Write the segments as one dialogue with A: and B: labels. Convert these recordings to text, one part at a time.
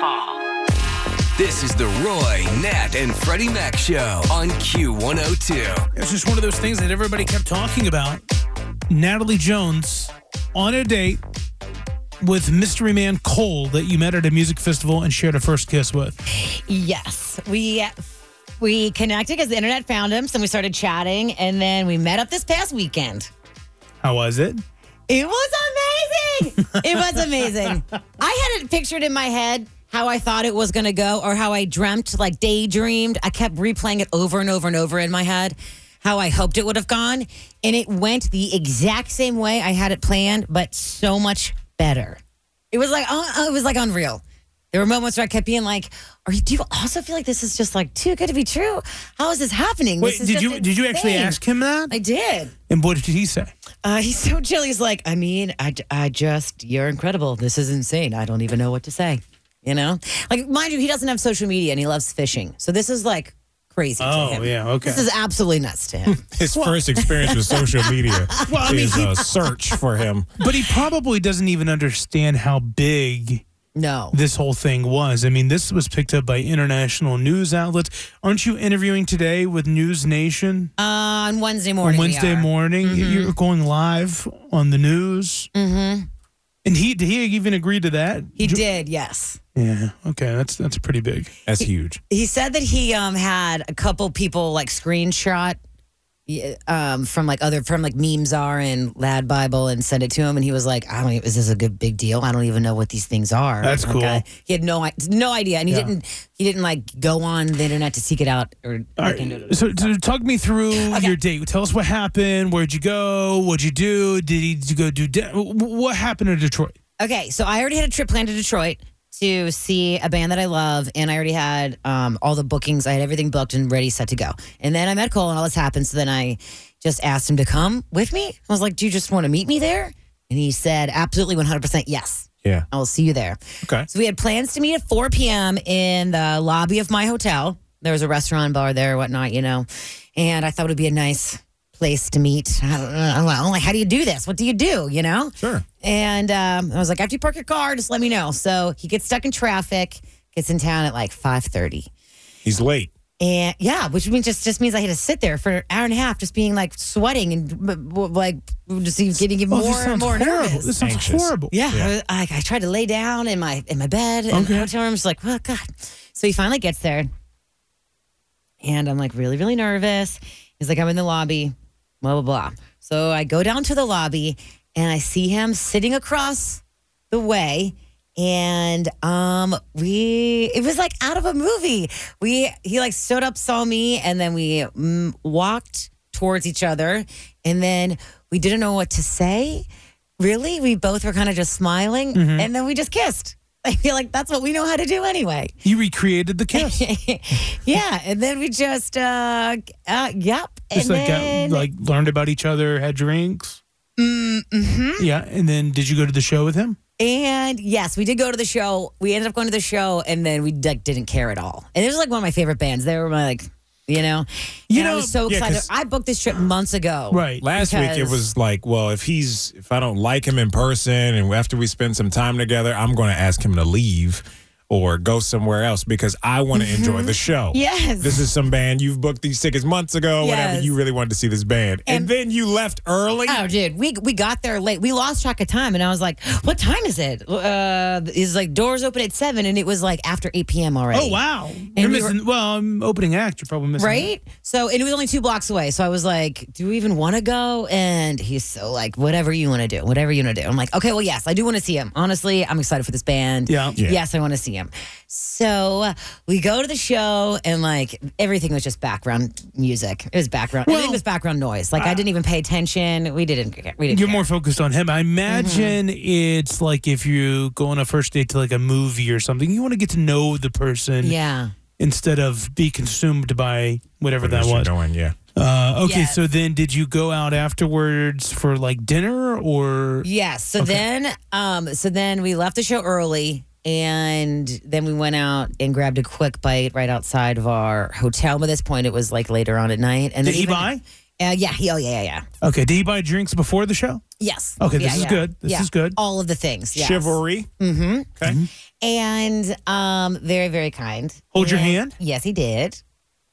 A: fall.
B: This is the Roy, Nat, and Freddie Mac Show on Q102.
C: It's just one of those things that everybody kept talking about. Natalie Jones on a date with mystery man Cole that you met at a music festival and shared a first kiss with.
D: Yes, we we connected because the internet found him, so we started chatting, and then we met up this past weekend.
C: How was it?
D: It was amazing. it was amazing. I had it pictured in my head how I thought it was going to go or how I dreamt, like daydreamed. I kept replaying it over and over and over in my head how I hoped it would have gone, and it went the exact same way I had it planned, but so much better. It was like uh, it was like unreal. There were moments where I kept being like, "Are you? Do you also feel like this is just like too good to be true? How is this happening?"
C: Wait,
D: This is
C: did
D: just
C: you did you actually
D: insane."
C: ask him that?
D: I did.
C: And what did he say?
D: Uh, he's so chill. He's like, I mean, I, I just, you're incredible. This is insane. I don't even know what to say. You know? Like, mind you, he doesn't have social media and he loves fishing. So this is like crazy.
C: Oh,
D: to him.
C: yeah, okay.
D: This is absolutely nuts to him.
E: His first experience with social media is a search for him.
C: But he probably doesn't even understand how big
D: no.
C: this whole thing was. I mean, this was picked up by international news outlets. Aren't you interviewing today with News Nation?
D: Uh, on Wednesday morning. Mm-hmm.
C: on
D: we
C: Wednesday
D: are.
C: morning. You're going live on the news. Mm-hmm. And he did he even agree to that?
D: He did, yes.
C: Yeah. Okay. That's that's pretty big.
E: That's huge.
D: He said that he um, had a couple people like screenshot yeah, um, from like other from like memes are and Lad Bible and send it to him, and he was like, "I don't. even- Is this a good big deal? I don't even know what these things are."
C: That's
D: Like,
C: cool.
D: I- he had no i- no idea, and he
C: Yeah.
D: didn't he didn't like go on the internet to seek it out or look
C: All right.
D: into it.
C: So, so talk me through your date. Tell us what happened. Where'd you go? What'd you do? Did he did you go do? De- what happened in Detroit?
D: Okay, so I already had a trip planned to Detroit to see a band that I love, and I already had um, all the bookings. I had everything booked and ready, set to go. And then I met Cole, and all this happened. So then I just asked him to come with me. I was like, "Do you just want to meet me there?" And he said, "Absolutely, one hundred percent, yes.
E: Yeah.
D: I will see you there."
E: Okay.
D: So we had plans to meet at 4 p.m. in the lobby of my hotel. There was a restaurant bar there, whatnot, you know. And I thought it would be a nice place to meet. I don't know. I'm like, I'm like, "Oh, how do you do this? What do you do? You know?
E: Sure.
D: And um, I was like, after you park your car, just let me know. So he gets stuck in traffic, gets in town at like 5:30.
E: He's late.
D: And yeah, which means just just means I had to sit there for an hour and a half, just being like sweating and b- b- like just getting even
C: Oh, this
D: more and
C: sounds
D: more
C: horrible.
D: nervous.
C: This sounds
E: Anxious.
C: horrible.
D: Yeah, I was- I, I, tried to lay down in my in my bed in
C: Okay.
D: the hotel room. I was like, well, God. So he finally gets there, and I'm like really, really nervous. He's like, I'm in the lobby, blah blah blah. So I go down to the lobby, and I see him sitting across the way, and um, we it was like out of a movie. We he like stood up, saw me, and then we mm, walked towards each other, and then we didn't know what to say really we both were kind of just smiling
C: Mm-hmm.
D: and then we just kissed i feel like that's what we know how to do anyway
C: You recreated the kiss.
D: yeah and then we just uh, uh yep
C: Just
D: and
C: like got-
D: then Mm,
C: like learned about each other, had drinks. Mm-hmm. Yeah. And then did you go to the show with him?
D: and yes we did go to the show we ended up going to the show and then we like didn't care at all and it was like one of my favorite bands they were my like you know
C: You
D: And I
C: know-
D: was so
E: Yeah,
D: excited
E: 'cause-
D: i booked this trip months ago
C: Right.
E: Last week it
D: Because-
E: was like, well, if he's if I don't like him in person and after we spend some time together, I'm going to ask him to leave or go somewhere else because I want to enjoy the show.
D: Mm-hmm. Yes.
E: This is some band you've booked these tickets months ago, whatever.
D: Yes.
E: You really wanted to see this band. And,
D: And-
E: then you left early.
D: Oh, dude, we we got there late. We lost track of time, and I was like, "What time is it?" Uh, is like doors open at seven, and it was like after eight p.m. already.
C: Oh wow. You're
D: we were-
C: missing. well, I'm opening act. You're probably missing.
D: Right? So, and it was only two blocks away. So I was like, do we even want to go? And he's so like, whatever you want to do, whatever you want to do. I'm like, okay, well, yes, I do want to see him. Honestly, I'm excited for this band.
C: Yeah. Yeah.
D: Yes, I want to see him. So uh, we go to the show, and like everything was just background music. It was background.
C: Well- uh,
D: everything was background noise. Like I didn't even pay attention. We didn't. care- We didn't.
C: You're
D: care.
C: more focused on him. I imagine
D: Mm-hmm.
C: it's like if you go on a first date to like a movie or something, you want to get to know the person
D: Yeah.
C: instead of be consumed by whatever
E: Whatever
C: that
E: you're
C: was.
E: doing, yeah.
C: Uh, okay,
D: Yes.
C: so then did you go out afterwards for like dinner or?
D: Yes. So then, um, so then we left the show early, and then we went out and grabbed a quick bite right outside of our hotel. By this point, it was like later on at night. And
C: Did
D: then
C: he
D: even-
C: buy?
D: Uh, yeah. He. Oh yeah. Yeah. Yeah.
C: Okay, did he buy drinks before the show?
D: Yes.
C: Okay, this
D: Yeah,
C: is
D: yeah.
C: good. This
D: Yeah.
C: is good.
D: All of the things. Yes.
E: Chivalry. Mm-hmm. Okay.
D: and um, very, very kind.
C: Hold your
D: And-
C: hand?
D: Yes, he did.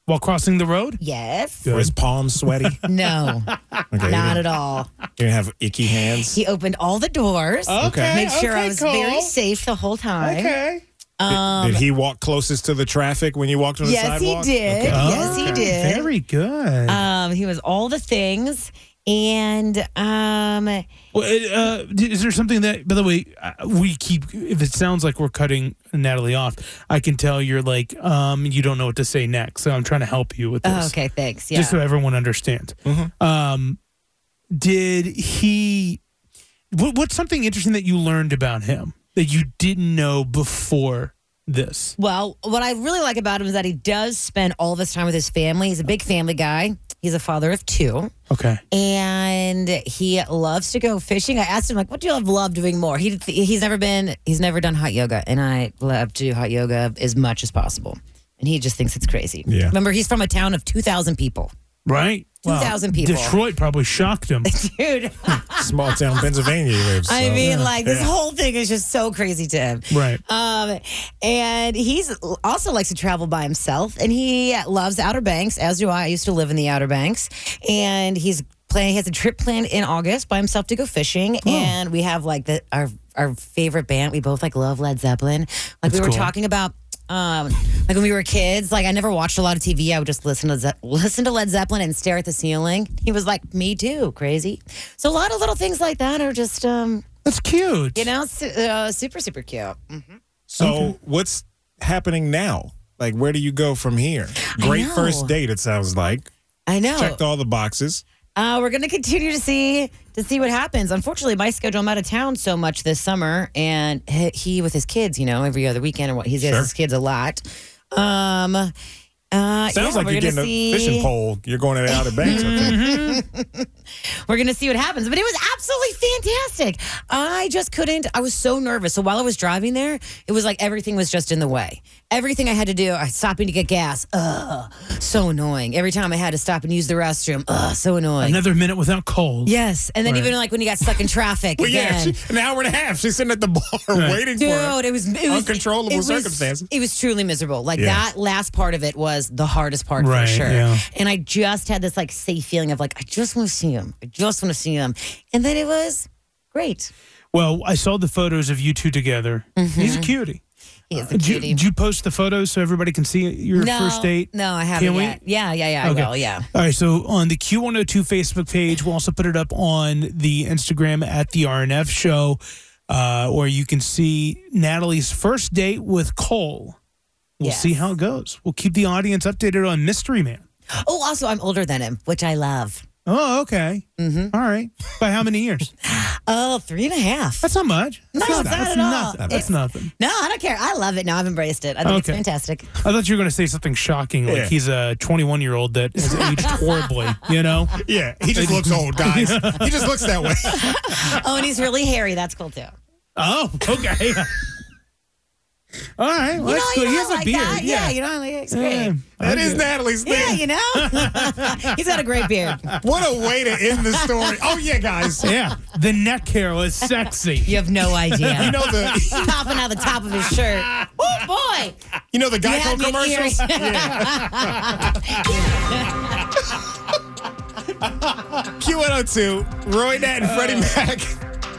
C: while crossing the road?
D: Yes.
E: Were his palms sweaty? okay,
D: No,
E: you
D: Mm-hmm. not at
E: didn't,
D: all.
E: you didn't have icky hands.
D: He opened all the doors.
E: Okay,
D: Made sure I was very safe the whole time.
E: did, did he walk closest to the traffic when you walked on the
D: um, Yes, he
E: sidewalk?
D: did.
E: Okay.
D: Yes, he
C: Okay.
D: did.
C: Very good.
D: Um, he was all the things, and um,
C: Well, it, uh, d- is there something that, by the way, uh, we keep? If it sounds like we're cutting Natalie off, I can tell you're like, um, you don't know what to say next. So I'm trying to help you with this,
D: oh, okay, thanks. Yeah,
C: just so everyone understands. Um, did he? What, what's something interesting that you learned about him that you didn't know before this?
D: Well, what I really like about him is that he does spend all of his time with his family. He's a big family guy. He's a father of two,
C: Okay,
D: and he loves to go fishing. I asked him like, "What do you love doing more?" He he's never been he's never done hot yoga, and I love to do hot yoga as much as possible. And he just thinks it's crazy.
E: Yeah.
D: Remember, he's from a town of two thousand people.
C: right?
D: 2,000 people.
C: Detroit probably shocked him.
D: Dude,
E: Small town Pennsylvania he lives.
D: I
E: so-
D: mean, like this
E: Yeah.
D: whole thing is just so crazy to him.
C: Right.
D: Um, and he's also likes to travel by himself, and he loves Outer Banks, as do I. I used to live in the Outer Banks, and he's planning. He has a trip planned in August by himself to go fishing, and we have like the our our favorite band. We both like love Led Zeppelin. Like we were
C: cool.
D: talking about. Um, like when we were kids, like I never watched a lot of TV. I would just listen to Ze- listen to Led Zeppelin and stare at the ceiling. He was like, "Me too, crazy." So a lot of little things like that are just, um,
C: That's cute.
D: you know, su- uh, super super cute.
E: So what's happening now? Like, where do you go from here?
D: I
E: Great
D: know. Oh.
E: first date, it sounds like.
D: I know.
E: Checked all the boxes.
D: Uh, we're going to continue to see to see what happens. Unfortunately, my schedule. I'm out of town so much this summer, and he, he with his kids. You know, every other weekend, or what he has
E: Sure.
D: his kids a lot. Um, uh,
E: Sounds
D: yeah,
E: like
D: we're gonna
E: you're getting
D: see, Mm-hmm.
E: a fishing pole. You're going to the Outer Banks. I think.
D: We're gonna see what happens. But it was absolutely fantastic. I just couldn't. I was so nervous. So while I was driving there, it was like everything was just in the way. Everything I had to do, I stopping to get gas. Ugh, so annoying. Every time I had to stop and use the restroom. Ugh, so annoying.
C: Another minute without cold.
D: Yes, and then
C: Right.
D: even like when you got stuck in traffic
E: Well, yeah,
D: again.
E: she, an hour and a half. She's sitting at the bar waiting for
D: Dude,
E: it.
D: it was it was
E: Uncontrollable
D: it was-
E: circumstances.
D: It was truly miserable. Like
E: Yeah.
D: that last part of it was the hardest part
C: Right,
D: for sure.
C: yeah.
D: And I just had this like safe feeling of like I just want to see him. I just want to see him. And then it was great.
C: Well, I saw the photos of you two together. He's a cutie.
D: He is Mm-hmm. a
C: Did you,
D: cutie.
C: did you post the photos so everybody can see your
D: no,
C: first date?
D: No, I haven't
C: Can we?
D: yet. Yeah, yeah, yeah.
C: Okay.
D: I will. Yeah.
C: All right, so on the Q102 Facebook page, we'll also put it up on the Instagram at the RNF show, uh, or you can see Natalie's first date with Cole. We'll
D: Yes.
C: see how it goes. We'll keep the audience updated on Mystery Man.
D: Oh, also I'm older than him, which I love.
C: Oh, okay.
D: Mm-hmm.
C: All right. By how many years?
D: Oh, three and a half.
C: That's not much.
D: No,
C: That's
D: it's not
C: that's
D: at all.
C: nothing. That's
D: It's-
C: nothing.
D: No, I don't care. I love it. No, I've embraced it. I think
C: Okay.
D: it's fantastic.
C: I thought you were going to say something shocking, like
E: Yeah.
C: he's a 21 year old that has aged horribly. You know,
E: Yeah, he just looks old, guys. he just looks that way.
D: Oh, and he's really hairy. That's cool too.
C: Oh, okay. All right. Well,
D: You know,
C: that's
D: you
C: cool.
D: know,
C: He has
D: like
C: a beard.
D: That. Yeah. you know, like, it's great.
C: Yeah.
E: That is Natalie's thing.
D: Yeah, you know, he's got a great beard.
E: What a way to end the story. Oh yeah, guys.
C: Yeah. The neck hair was sexy.
D: You have no idea.
E: You know the
D: popping out the top of his shirt. Oh boy!
E: you know the
D: You had
E: Geico
D: me at
E: commercials.
D: earring.
E: Q102, Roy Nat and Freddie Mac.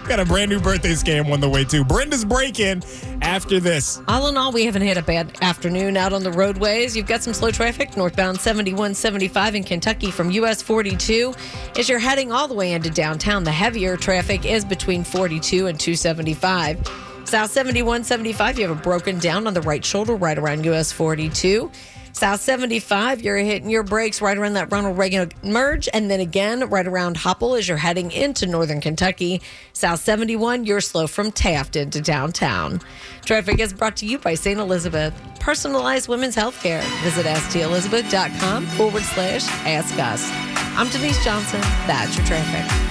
E: Got a brand new birthday scam on the way too. Brenda's break in after this.
A: All in all, we haven't had a bad afternoon out on the roadways. You've got some slow traffic northbound 71 75 in Kentucky from US 42. As you're heading all the way into downtown, the heavier traffic is between 42 and 275. South 71 75, you have a broken down on the right shoulder right around US 42. South 75, you're hitting your brakes right around that Ronald Reagan merge, and then again right around Hopple as you're heading into northern Kentucky. South 71, you're slow from Taft into downtown. Traffic is brought to you by St. Elizabeth, personalized women's health care. Visit stelizabeth.com forward slash ask us. I'm Denise Johnson. That's your traffic.